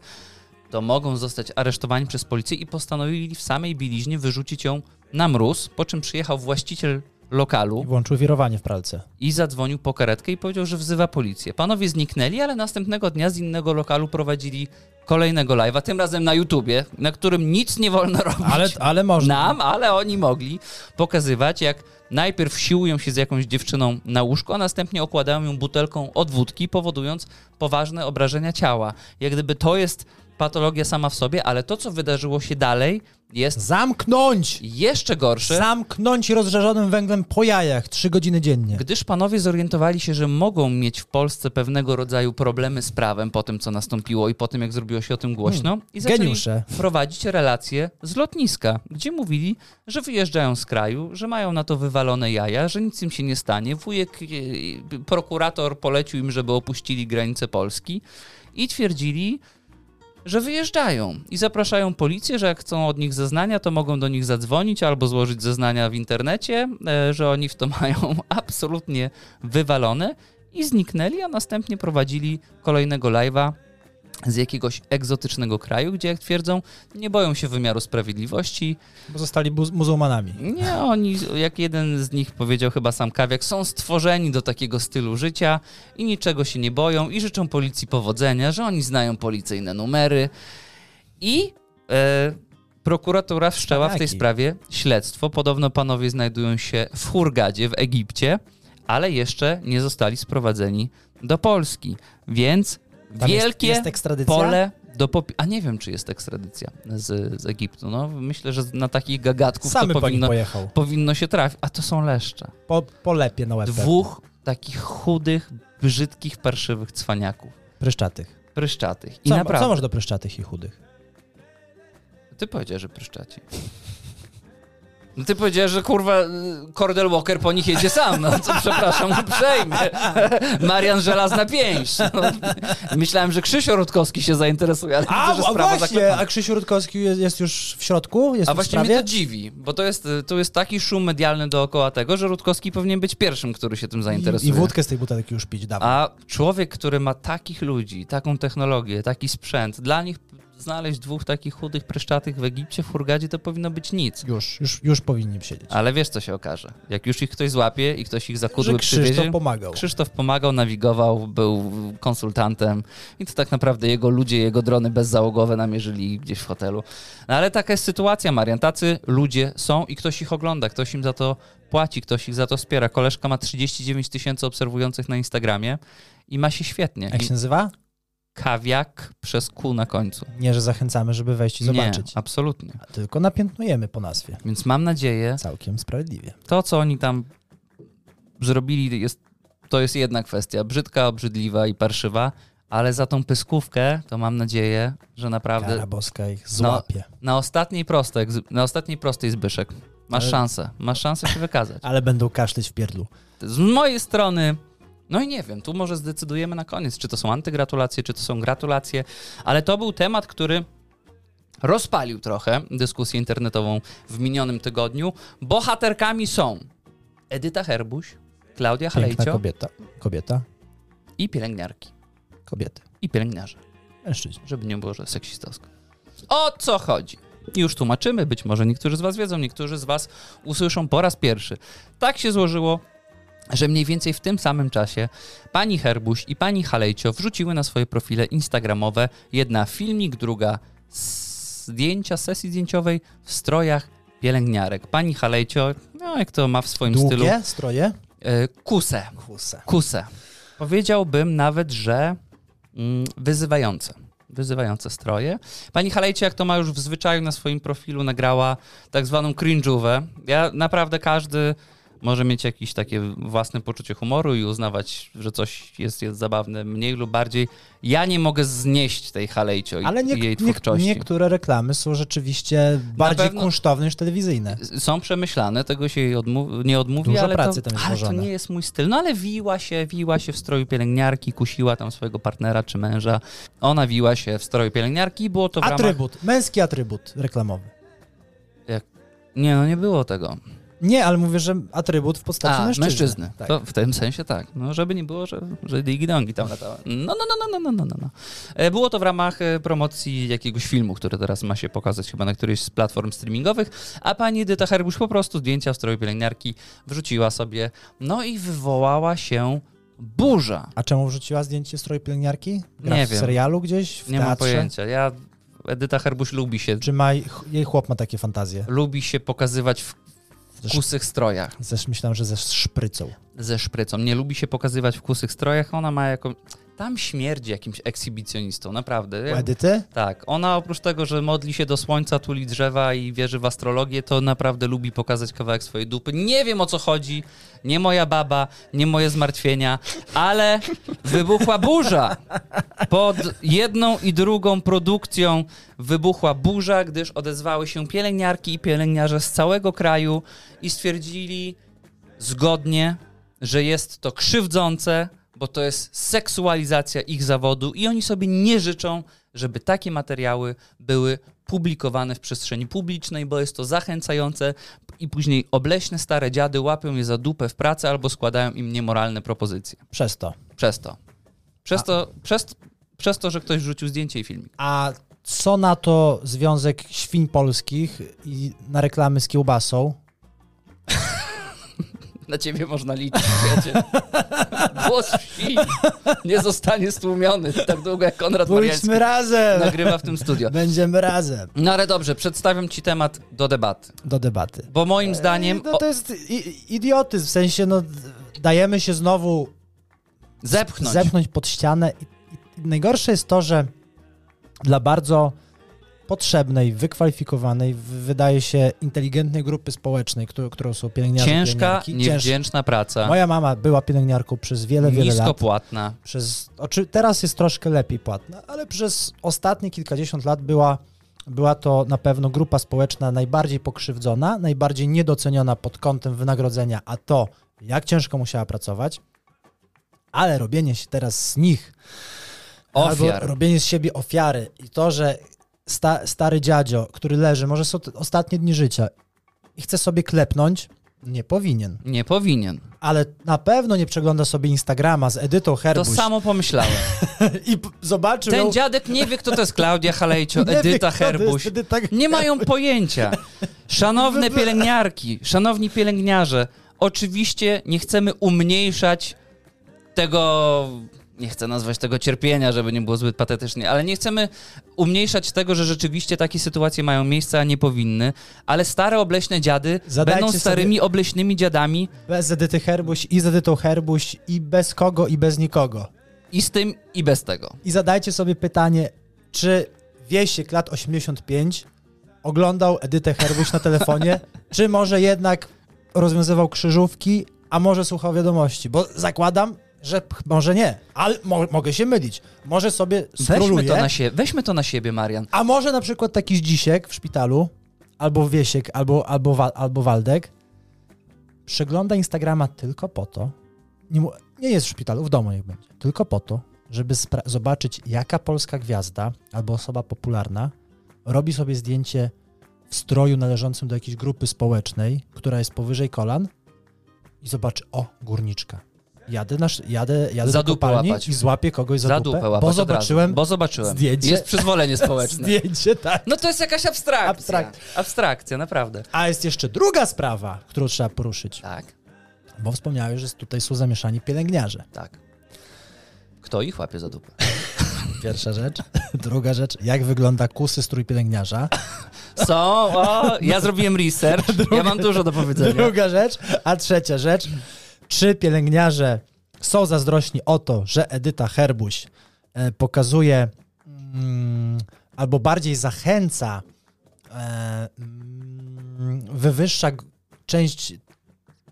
S2: to mogą zostać aresztowani przez policję i postanowili w samej bieliźnie wyrzucić ją na mróz, po czym przyjechał właściciel lokalu,
S1: I włączył wirowanie w pralce.
S2: i zadzwonił po karetkę i powiedział, że wzywa policję. Panowie zniknęli, ale następnego dnia z innego lokalu prowadzili kolejnego live'a, tym razem na YouTubie, na którym nic nie wolno robić
S1: Ale, ale można.
S2: nam, ale oni mogli pokazywać, jak najpierw siłują się z jakąś dziewczyną na łóżku, a następnie okładają ją butelką od wódki, powodując poważne obrażenia ciała. Jak gdyby to jest patologia sama w sobie, ale to, co wydarzyło się dalej, jest
S1: Zamknąć!
S2: jeszcze gorsze.
S1: Zamknąć rozżarzonym węglem po jajach trzy godziny dziennie.
S2: Gdyż panowie zorientowali się, że mogą mieć w Polsce pewnego rodzaju problemy z prawem po tym, co nastąpiło i po tym, jak zrobiło się o tym głośno, i zaczęli
S1: Geniusze.
S2: prowadzić relacje z lotniska, gdzie mówili, że wyjeżdżają z kraju, że mają na to wywalone jaja, że nic im się nie stanie. Wujek, e, prokurator polecił im, żeby opuścili granice Polski i twierdzili, że wyjeżdżają i zapraszają policję, że jak chcą od nich zeznania, to mogą do nich zadzwonić albo złożyć zeznania w internecie, e, że oni w to mają absolutnie wywalone i zniknęli, a następnie prowadzili kolejnego live'a z jakiegoś egzotycznego kraju, gdzie jak twierdzą, nie boją się wymiaru sprawiedliwości.
S1: Bo zostali buz- muzułmanami.
S2: Nie, oni, jak jeden z nich powiedział chyba sam Kawiak, są stworzeni do takiego stylu życia i niczego się nie boją i życzą policji powodzenia, że oni znają policyjne numery. I e, prokuratura wszczęła w tej
S1: Szpadaki.
S2: sprawie śledztwo. Podobno panowie znajdują się w Hurgadzie w Egipcie, ale jeszcze nie zostali sprowadzeni do Polski. Więc
S1: Tam
S2: wielkie
S1: jest, jest ekstradycja?
S2: pole do popi- A nie wiem, czy jest ekstradycja z, z Egiptu. No, myślę, że na takich gagatków
S1: Samy po
S2: to
S1: nich
S2: powinno,
S1: pojechał.
S2: powinno się trafić. A to są leszcze.
S1: Po, po lepie na łeb.
S2: Dwóch takich chudych, brzydkich, parszywych cwaniaków.
S1: Pryszczatych.
S2: Pryszczatych. I
S1: Co,
S2: naprawdę.
S1: co masz do pryszczatych i chudych?
S2: Ty powiedziałeś, że pryszczaci. No ty powiedziałeś, że kurwa y, Cordell Walker po nich jedzie sam. No co, przepraszam uprzejmie. Marian Żelazna pięść. No, myślałem, że Krzysio Rutkowski się zainteresuje, ale
S1: A,
S2: widzę, że
S1: a
S2: sprawa
S1: właśnie,
S2: zaklepana.
S1: a Krzysiu Rutkowski jest, jest już w środku? Jest
S2: A
S1: już w
S2: właśnie mnie
S1: sprawie?
S2: to dziwi, bo to jest, y, to jest taki szum medialny dookoła tego, że Rutkowski powinien być pierwszym, który się tym
S1: I,
S2: zainteresuje.
S1: I wódkę z tej butelki już pić dawno.
S2: A człowiek, który ma takich ludzi, taką technologię, taki sprzęt, dla nich znaleźć dwóch takich chudych, pryszczatych w Egipcie, w Hurgadzie, to powinno być nic.
S1: Już, już, już powinni siedzieć.
S2: Ale wiesz, co się okaże. Jak już ich ktoś złapie i ktoś ich zakudły
S1: Że Krzysztof
S2: przywiezie,
S1: pomagał.
S2: Krzysztof pomagał, nawigował, był konsultantem i to tak naprawdę jego ludzie, jego drony bezzałogowe namierzyli ich gdzieś w hotelu. No ale taka jest sytuacja, Marian. Tacy ludzie są i ktoś ich ogląda, ktoś im za to płaci, ktoś ich za to wspiera. Koleżka ma 39 tysięcy obserwujących na Instagramie i ma się świetnie.
S1: Jak
S2: I
S1: się nazywa?
S2: Kawiak przez Q na końcu.
S1: Nie, że zachęcamy, żeby wejść i zobaczyć.
S2: Nie, absolutnie.
S1: Tylko napiętnujemy po nazwie.
S2: Więc mam nadzieję,
S1: Całkiem sprawiedliwie.
S2: to, co oni tam zrobili, jest, to jest jedna kwestia. Brzydka, obrzydliwa i parszywa, ale za tą pyskówkę to mam nadzieję, że naprawdę
S1: Kara boska
S2: No.
S1: ich złapie.
S2: na ostatniej prostej, na ostatniej prostej Zbyszek. Masz
S1: Ale-
S2: szansę, masz szansę się wykazać.
S1: Ale będą kaszleć w pierdlu.
S2: Z mojej strony, no i nie wiem, tu może zdecydujemy na koniec, czy to są antygratulacje, czy to są gratulacje, ale to był temat, który rozpalił trochę dyskusję internetową w minionym tygodniu. Bohaterkami są Edyta Herbuś, Klaudia
S1: Piękna
S2: Halejcio
S1: kobieta. Kobieta.
S2: i pielęgniarki.
S1: Kobiety.
S2: I pielęgniarze,
S1: Mężczyźni.
S2: żeby nie było, że seksistowsko. O co chodzi? Już tłumaczymy, być może niektórzy z Was wiedzą, niektórzy z Was usłyszą po raz pierwszy. Tak się złożyło, że mniej więcej w tym samym czasie pani Herbuś i pani Halejcio wrzuciły na swoje profile instagramowe jedna filmik, druga s- zdjęcia sesji zdjęciowej w strojach pielęgniarek. Pani Halejcio, no jak to ma w swoim stylu,
S1: Długie stroje.
S2: e, kusę,
S1: Kuse.
S2: kusę. Powiedziałbym nawet, że mm, wyzywające. Wyzywające stroje. Pani Halejcie, jak to ma już w zwyczaju na swoim profilu, nagrała tak zwaną cringe'ówę. Ja naprawdę każdy może mieć jakieś takie własne poczucie humoru i uznawać, że coś jest, jest zabawne mniej lub bardziej. Ja nie mogę znieść tej Halejcio i,
S1: Ale
S2: i jej
S1: niek- niek-
S2: twórczości.
S1: niektóre reklamy są rzeczywiście bardziej
S2: pewno-
S1: kunsztowne niż telewizyjne.
S2: są przemyślane, tego się jej odmu- nie odmówi,
S1: Dużo
S2: ale,
S1: pracy
S2: to,
S1: tam jest
S2: ale to
S1: włożone.
S2: nie jest mój styl. No ale wiła się, wiła się w stroju pielęgniarki, kusiła tam swojego partnera czy męża. Ona wiła się w stroju pielęgniarki i było to w ramach...
S1: Atrybut. Męski atrybut reklamowy.
S2: Nie, no nie było tego.
S1: Nie, ale mówię, że atrybut w postaci
S2: A,
S1: mężczyzny.
S2: mężczyzny.
S1: Tak.
S2: To w tym sensie tak. No, żeby nie było, że, że digi-dongi tam latały. No, no, no, no, no, no, no, no. E, Było to w ramach e, promocji jakiegoś filmu, który teraz ma się pokazać chyba na którejś z platform streamingowych, a pani Edyta Herbusz po prostu zdjęcia w stroju pielęgniarki wrzuciła sobie, no i wywołała się burza.
S1: A czemu wrzuciła zdjęcie stroju pielęgniarki? Gra
S2: Nie
S1: w
S2: wiem.
S1: serialu gdzieś? W
S2: Nie mam
S1: teatrze?
S2: pojęcia. Ja, Edyta Herbusz lubi się,
S1: Czy ma, ch- jej chłop ma takie fantazje?
S2: lubi się pokazywać w kusych strojach.
S1: Zresztą myślałem, że ze szprycą.
S2: ze szprycą. Nie lubi się pokazywać w kusych strojach. Ona ma jako. Tam śmierdzi jakimś ekshibicjonistą, naprawdę.
S1: U Edyty?
S2: Tak. Ona oprócz tego, że modli się do słońca, tuli drzewa i wierzy w astrologię, to naprawdę lubi pokazać kawałek swojej dupy. Nie wiem o co chodzi. Nie moja baba, nie moje zmartwienia, ale wybuchła burza. Pod jedną i drugą produkcją wybuchła burza, gdyż odezwały się pielęgniarki i pielęgniarze z całego kraju i stwierdzili, zgodnie, że jest to krzywdzące, bo to jest seksualizacja ich zawodu i oni sobie nie życzą, żeby takie materiały były publikowane w przestrzeni publicznej, bo jest to zachęcające i później obleśne stare dziady łapią je za dupę w pracy albo składają im niemoralne propozycje.
S1: Przez to.
S2: Przez to. Przez to, przez, przez to że ktoś rzucił zdjęcie i filmik.
S1: A co na to Związek Świń Polskich i na reklamy z kiełbasą?
S2: Na ciebie można liczyć, wiecie. Głos wsi nie zostanie stłumiony tak długo jak Konrad Mariański
S1: Pójdźmy razem!
S2: nagrywa w tym studio.
S1: Będziemy razem
S2: No ale dobrze, przedstawiam ci temat do debaty,
S1: do debaty.
S2: bo moim zdaniem
S1: No
S2: o,
S1: to jest i- idiotyzm, w sensie no dajemy się znowu
S2: zepchnąć.
S1: zepchnąć pod ścianę. I, i najgorsze jest to, że dla bardzo potrzebnej, wykwalifikowanej, w- wydaje się inteligentnej grupy społecznej, którą, którą są pielęgniarze,
S2: Ciężka,
S1: pielęgniarki,
S2: niewdzięczna praca,
S1: Moja mama była pielęgniarką przez wiele, wiele
S2: nisko
S1: lat.
S2: płatna.
S1: Przez, oczy, teraz jest troszkę lepiej płatna, ale przez ostatnie kilkadziesiąt lat była, była to na pewno grupa społeczna najbardziej pokrzywdzona, najbardziej niedoceniona pod kątem wynagrodzenia, a to jak ciężko musiała pracować, ale robienie się teraz z nich Albo
S2: Ofiar.
S1: robienie z siebie ofiary i to, że sta, stary dziadzio, który leży, może są te ostatnie dni życia i chce sobie klepnąć, Nie powinien.
S2: Nie powinien.
S1: Ale na pewno nie przegląda sobie Instagrama z Edytą
S2: To
S1: Herbusz
S2: samo pomyślałem.
S1: i p- zobaczył
S2: Ten
S1: ją...
S2: dziadek nie wie, kto to jest Klaudia Halejcio,
S1: Nie wie,
S2: Edyta
S1: kto to jest tak-
S2: Herbuś.
S1: Edyta Herbuś.
S2: Nie mają pojęcia. Szanowne pielęgniarki, szanowni pielęgniarze, oczywiście nie chcemy umniejszać tego. Nie chcę nazwać tego cierpienia, żeby nie było zbyt patetycznie, ale nie chcemy umniejszać tego, że rzeczywiście takie sytuacje mają miejsce, a nie powinny. Ale stare obleśne dziady
S1: Zadajcie
S2: będą starymi obleśnymi dziadami
S1: Bez Edyty Herbuś i z Edytą Herbuś i bez kogo i bez nikogo.
S2: i z tym, i bez tego.
S1: I zadajcie sobie pytanie, czy Wiesiek lat 85 oglądał Edytę Herbuś na telefonie, czy może jednak rozwiązywał krzyżówki, a może słuchał wiadomości, bo zakładam, że p- może nie, ale mo mogę się mylić. Może sobie
S2: Weźmy to,
S1: skroluję,
S2: na sie- weźmy to na siebie, Marian.
S1: a może na przykład taki Zdzisiek w szpitalu, albo Wiesiek, albo, albo, Wa albo Waldek, przegląda Instagrama tylko po to, nie, mu, nie jest w szpitalu, w domu niech będzie, tylko po to, żeby spra- zobaczyć, jaka polska gwiazda albo osoba popularna robi sobie zdjęcie w stroju należącym do jakiejś grupy społecznej, która jest powyżej kolan i zobaczy, o, górniczka. Jadę, na, sz- jadę, jadę
S2: Za
S1: do
S2: dupę
S1: kopalni
S2: łapać.
S1: i złapię kogoś za,
S2: Za
S1: dupę,
S2: dupę łapać
S1: bo
S2: od razu,
S1: zobaczyłem
S2: Bo zobaczyłem.
S1: zdjęcie.
S2: Jest przyzwolenie społeczne.
S1: zdjęcie, tak.
S2: No to jest jakaś abstrakcja.
S1: Abstrakt.
S2: Abstrakcja, naprawdę.
S1: A jest jeszcze druga sprawa, którą trzeba poruszyć,
S2: Tak,
S1: bo wspomniałeś, że tutaj są zamieszani pielęgniarze.
S2: tak. Kto ich łapie za dupę?
S1: Pierwsza rzecz. Druga rzecz, jak wygląda kusy strój pielęgniarza.
S2: Są, o, ja zrobiłem research, ja mam dużo do powiedzenia.
S1: Druga rzecz, a trzecia rzecz, czy pielęgniarze są zazdrośni o to, że Edyta Herbuś e, pokazuje mm, albo bardziej zachęca, e, mm, wywyższa g- część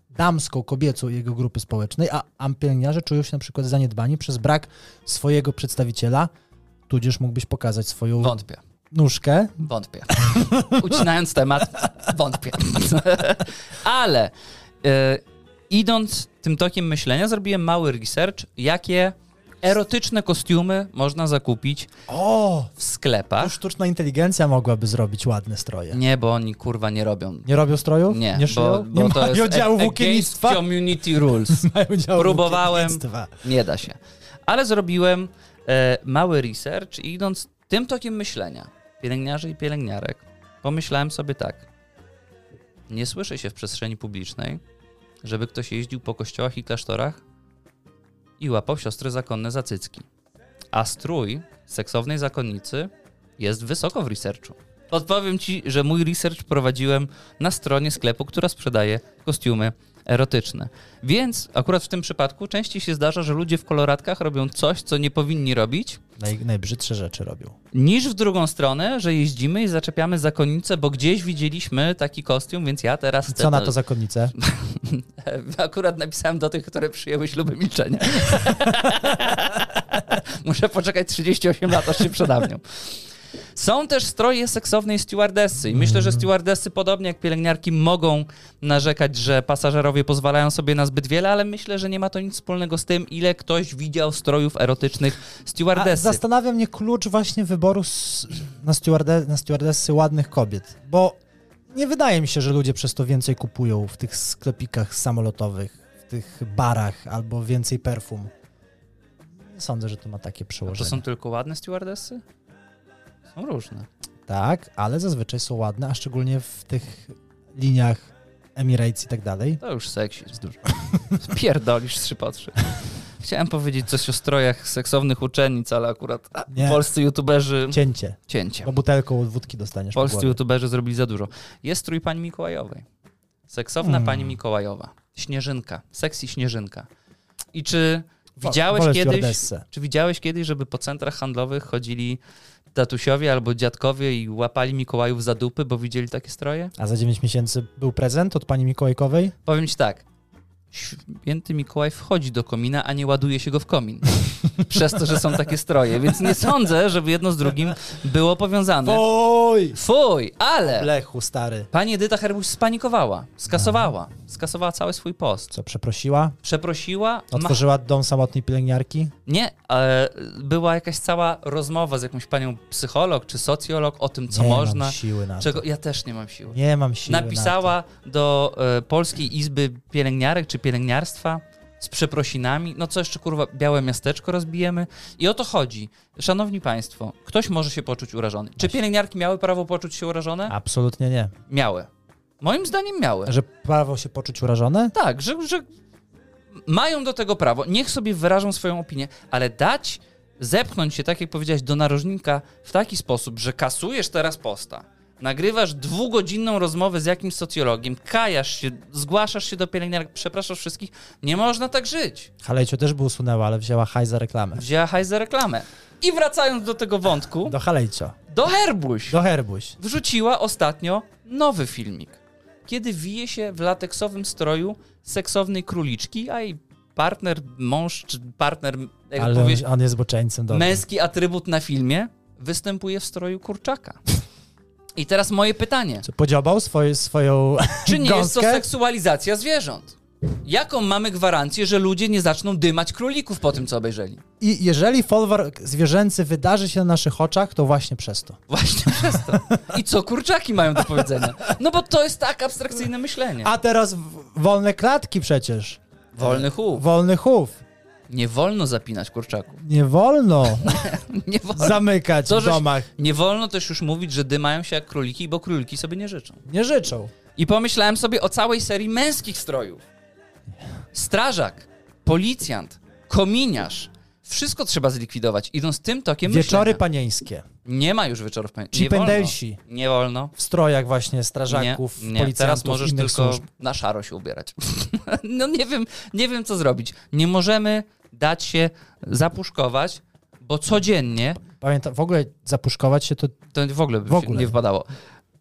S1: damską, kobiecą jego grupy społecznej, a, a pielęgniarze czują się na przykład zaniedbani przez brak swojego przedstawiciela, tudzież mógłbyś pokazać swoją
S2: Wątpię,
S1: nóżkę.
S2: wątpię. Ucinając temat, wątpię. Ale e, idąc tym tokiem myślenia, zrobiłem mały research, jakie erotyczne kostiumy można zakupić
S1: O!
S2: w sklepach.
S1: Sztuczna inteligencja mogłaby zrobić ładne stroje.
S2: Nie, bo oni kurwa nie robią.
S1: Nie robią strojów?
S2: Nie,
S1: nie
S2: bo,
S1: szyją?
S2: bo
S1: nie
S2: to
S1: mają
S2: jest e-
S1: działu
S2: a-
S1: włókiennictwa?
S2: against community rules.
S1: Mają działu
S2: Próbowałem.
S1: włókiennictwa.
S2: Nie da się. Ale zrobiłem e, mały research i idąc tym tokiem myślenia, pielęgniarzy i pielęgniarek, pomyślałem sobie tak. Nie słyszy się w przestrzeni publicznej, żeby ktoś jeździł po kościołach i klasztorach i łapał siostry zakonne za cycki. A strój seksownej zakonnicy jest wysoko w researchu. Odpowiem ci, że mój research prowadziłem na stronie sklepu, która sprzedaje kostiumy erotyczne. Więc akurat w tym przypadku częściej się zdarza, że ludzie w koloratkach robią coś, co nie powinni robić,
S1: Naj, najbrzydsze rzeczy robią.
S2: niż w drugą stronę, że jeździmy i zaczepiamy zakonnicę, bo gdzieś widzieliśmy taki kostium, więc ja teraz...
S1: Co na to zakonnice?
S2: Akurat napisałem do tych, które przyjęły śluby milczenia. Muszę poczekać 38 lat, aż się przedawnią. Są też stroje seksownej stewardessy i myślę, że stewardessy, podobnie jak pielęgniarki, mogą narzekać, że pasażerowie pozwalają sobie na zbyt wiele, ale myślę, że nie ma to nic wspólnego z tym, ile ktoś widział strojów erotycznych
S1: A
S2: stewardessy.
S1: zastanawia mnie klucz właśnie wyboru s- na, stewarde, na stewardessy ładnych kobiet, bo nie wydaje mi się, że ludzie przez to więcej kupują w tych sklepikach samolotowych, w tych barach albo więcej perfum. Nie sądzę, że to ma takie
S2: No To
S1: przełożenie.
S2: są tylko ładne stewardessy? Są różne.
S1: Tak, ale zazwyczaj są ładne, a szczególnie w tych liniach Emirates i tak dalej.
S2: To już seksizm. Pierdolisz trzy po trzy. Chciałem powiedzieć coś o strojach seksownych uczennic, ale akurat a,
S1: Nie.
S2: polscy youtuberzy...
S1: Cięcie.
S2: Cięcie.
S1: Bo butelką od wódki dostaniesz po
S2: Polscy
S1: głowie.
S2: youtuberzy zrobili za dużo. Jest strój pani Mikołajowej. Seksowna
S1: Hmm.
S2: pani Mikołajowa. Śnieżynka. Sexy śnieżynka. I czy widziałeś
S1: wolę
S2: kiedyś...
S1: stewardessę.
S2: Czy widziałeś kiedyś, żeby po centrach handlowych chodzili tatusiowie albo dziadkowie i łapali Mikołajów za dupy, bo widzieli takie stroje?
S1: A za 9 miesięcy był prezent od pani Mikołajkowej?
S2: Powiem ci tak. Święty Mikołaj wchodzi do komina, a nie ładuje się go w komin. Przez to, że są takie stroje, więc nie sądzę, żeby jedno z drugim było powiązane.
S1: Oj!
S2: Fuj, ale
S1: Lechu, stary.
S2: pani Edyta Herbuś spanikowała, skasowała, skasowała cały swój post.
S1: Co, przeprosiła?
S2: Przeprosiła, ma...
S1: Otworzyła dom samotnej pielęgniarki?
S2: nie, e, była jakaś cała rozmowa z jakąś panią psycholog czy socjolog o tym, co
S1: nie
S2: można,
S1: mam siły na
S2: czego
S1: to.
S2: ja też nie mam siły.
S1: Nie mam siły na
S2: napisała do e, Polskiej Izby Pielęgniarek czy Pielęgniarstwa z przeprosinami. No co jeszcze, kurwa, białe miasteczko rozbijemy? I o to chodzi. Szanowni Państwo, ktoś może się poczuć urażony. Czy pielęgniarki miały prawo poczuć się urażone?
S1: to. Absolutnie nie.
S2: Miały. Moim zdaniem miały.
S1: Że prawo się poczuć urażone?
S2: Tak, że, że mają do tego prawo. Niech sobie wyrażą swoją opinię, ale dać, zepchnąć się, tak jak powiedziałeś, do narożnika w taki sposób, że kasujesz teraz posta, nagrywasz dwugodzinną rozmowę z jakimś socjologiem, kajasz się, zgłaszasz się do pielęgniarek, przepraszasz wszystkich. Nie można tak żyć.
S1: Halejcio też by usunęła, ale wzięła haj za reklamę.
S2: Wzięła hajs za reklamę. I wracając do tego wątku,
S1: Do Halejcio.
S2: do Herbuś.
S1: Do Herbuś.
S2: wrzuciła ostatnio nowy filmik, kiedy wije się w lateksowym stroju seksownej króliczki, a jej partner, mąż czy partner, jak
S1: Ale
S2: powiesz,
S1: on jest boczeńcem dobrym.
S2: męski atrybut na filmie, występuje w stroju kurczaka. I teraz moje pytanie.
S1: Co, Podziobał swoje, swoją
S2: Czy nie jest to
S1: gąskę?
S2: seksualizacja zwierząt? Jaką mamy gwarancję, że ludzie nie zaczną dymać królików po tym, co obejrzeli?
S1: I jeżeli folwark zwierzęcy wydarzy się na naszych oczach, to właśnie przez to.
S2: Właśnie przez to. I co kurczaki mają do powiedzenia? No bo to jest tak abstrakcyjne myślenie.
S1: A teraz w- wolne klatki przecież.
S2: Wolny chów.
S1: Wolny chów.
S2: Nie wolno zapinać kurczaków.
S1: Nie wolno
S2: Nie wolno.
S1: zamykać
S2: To,
S1: w
S2: żeś-
S1: domach.
S2: Nie wolno też już mówić, że dymają się jak króliki, bo króliki sobie nie życzą.
S1: Nie życzą.
S2: I pomyślałem sobie o całej serii męskich strojów. Strażak, policjant, kominiarz. Wszystko trzeba zlikwidować, idąc tym tokiem
S1: Wieczory
S2: myślenia.
S1: panieńskie.
S2: Nie ma już wieczorów pani. Nie
S1: Chip and
S2: wolno.
S1: Dalesi.
S2: Nie wolno.
S1: W strojach właśnie strażaków,
S2: nie, nie.
S1: policjantów,
S2: Teraz możesz
S1: innych
S2: tylko
S1: służb.
S2: na szaro się ubierać. no nie wiem, nie wiem co zrobić. Nie możemy dać się zapuszkować, bo codziennie
S1: Pamiętam, w ogóle zapuszkować się to
S2: To w ogóle by
S1: W ogóle.
S2: nie wpadało.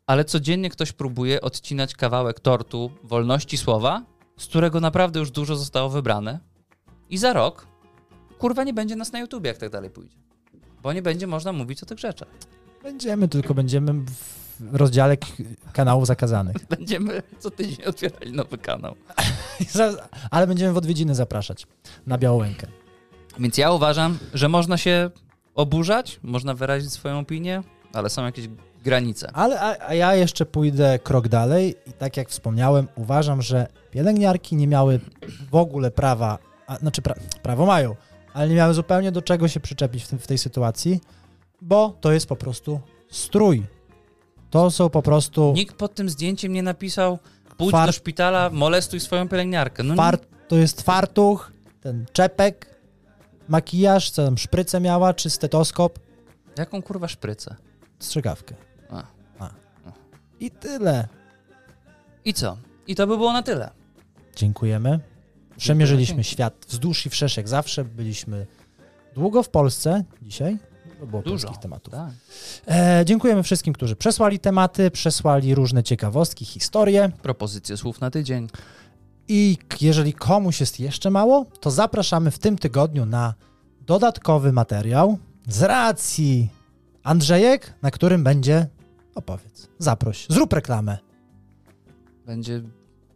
S2: Ale codziennie ktoś próbuje odcinać kawałek tortu wolności słowa, z którego naprawdę już dużo zostało wybrane. I za rok, kurwa, nie będzie nas na YouTubie, jak tak dalej pójdzie. Bo nie będzie można mówić o tych rzeczach.
S1: będziemy, tylko będziemy w rozdziale k- kanałów zakazanych.
S2: Będziemy co tydzień otwierali nowy kanał.
S1: Za- Ale będziemy w odwiedziny zapraszać na Białołękę.
S2: Więc ja uważam, że można się oburzać, można wyrazić swoją opinię, ale są jakieś granice.
S1: Ale a, a ja jeszcze pójdę krok dalej i tak jak wspomniałem, uważam, że pielęgniarki nie miały w ogóle prawa, a, znaczy pra, prawo mają, ale nie miały zupełnie do czego się przyczepić w, tym, w tej sytuacji, bo to jest po prostu strój. To są po prostu
S2: Nikt pod tym zdjęciem nie napisał, pójdź
S1: Far-
S2: do szpitala, molestuj swoją pielęgniarkę. No,
S1: far, to jest fartuch, ten czepek, makijaż, co tam szprycę miała, czy stetoskop,
S2: Jaką kurwa szprycę?
S1: strzegawkę.
S2: A.
S1: A. I tyle.
S2: I co? I to by było na tyle.
S1: Dziękujemy. Przemierzyliśmy
S2: dzięki.
S1: świat wzdłuż i wszerz jak zawsze. Byliśmy długo w Polsce dzisiaj. To było
S2: Dużo.
S1: polskich tematów.
S2: Tak.
S1: E, dziękujemy wszystkim, którzy przesłali tematy, przesłali różne ciekawostki, historie.
S2: Propozycje słów na tydzień.
S1: I k- jeżeli komuś jest jeszcze mało, to zapraszamy w tym tygodniu na dodatkowy materiał z racji Andrzejek, na którym będzie opowiedz. Zaproś, zrób reklamę.
S2: Będzie,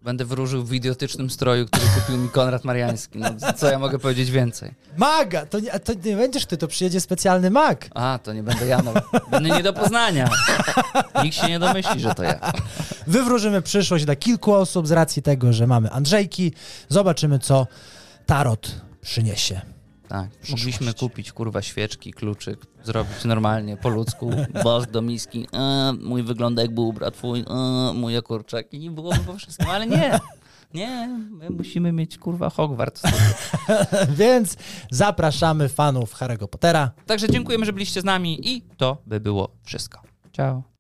S2: będę wróżył w idiotycznym stroju, który kupił mi Konrad Mariański. No, co ja mogę powiedzieć więcej?
S1: Maga! To nie, to nie będziesz ty, to przyjedzie specjalny mag.
S2: A, to nie będę ja. No. Będę nie do poznania. Nikt się nie domyśli, że to ja.
S1: Wywróżymy przyszłość dla kilku osób z racji tego, że mamy Andrzejki. Zobaczymy, co tarot przyniesie.
S2: Tak. Mogliśmy kupić, kurwa, świeczki, kluczyk, zrobić normalnie, po ludzku.
S3: Boż do miski, e, mój wygląda jak był brat twój, e, moje kurczaki.
S2: I byłoby po wszystkim, ale nie. Nie, my musimy mieć, kurwa, Hogwarts.
S1: Więc zapraszamy fanów Harry'ego Pottera.
S2: Także dziękujemy, że byliście z nami i to by było wszystko. Ciao.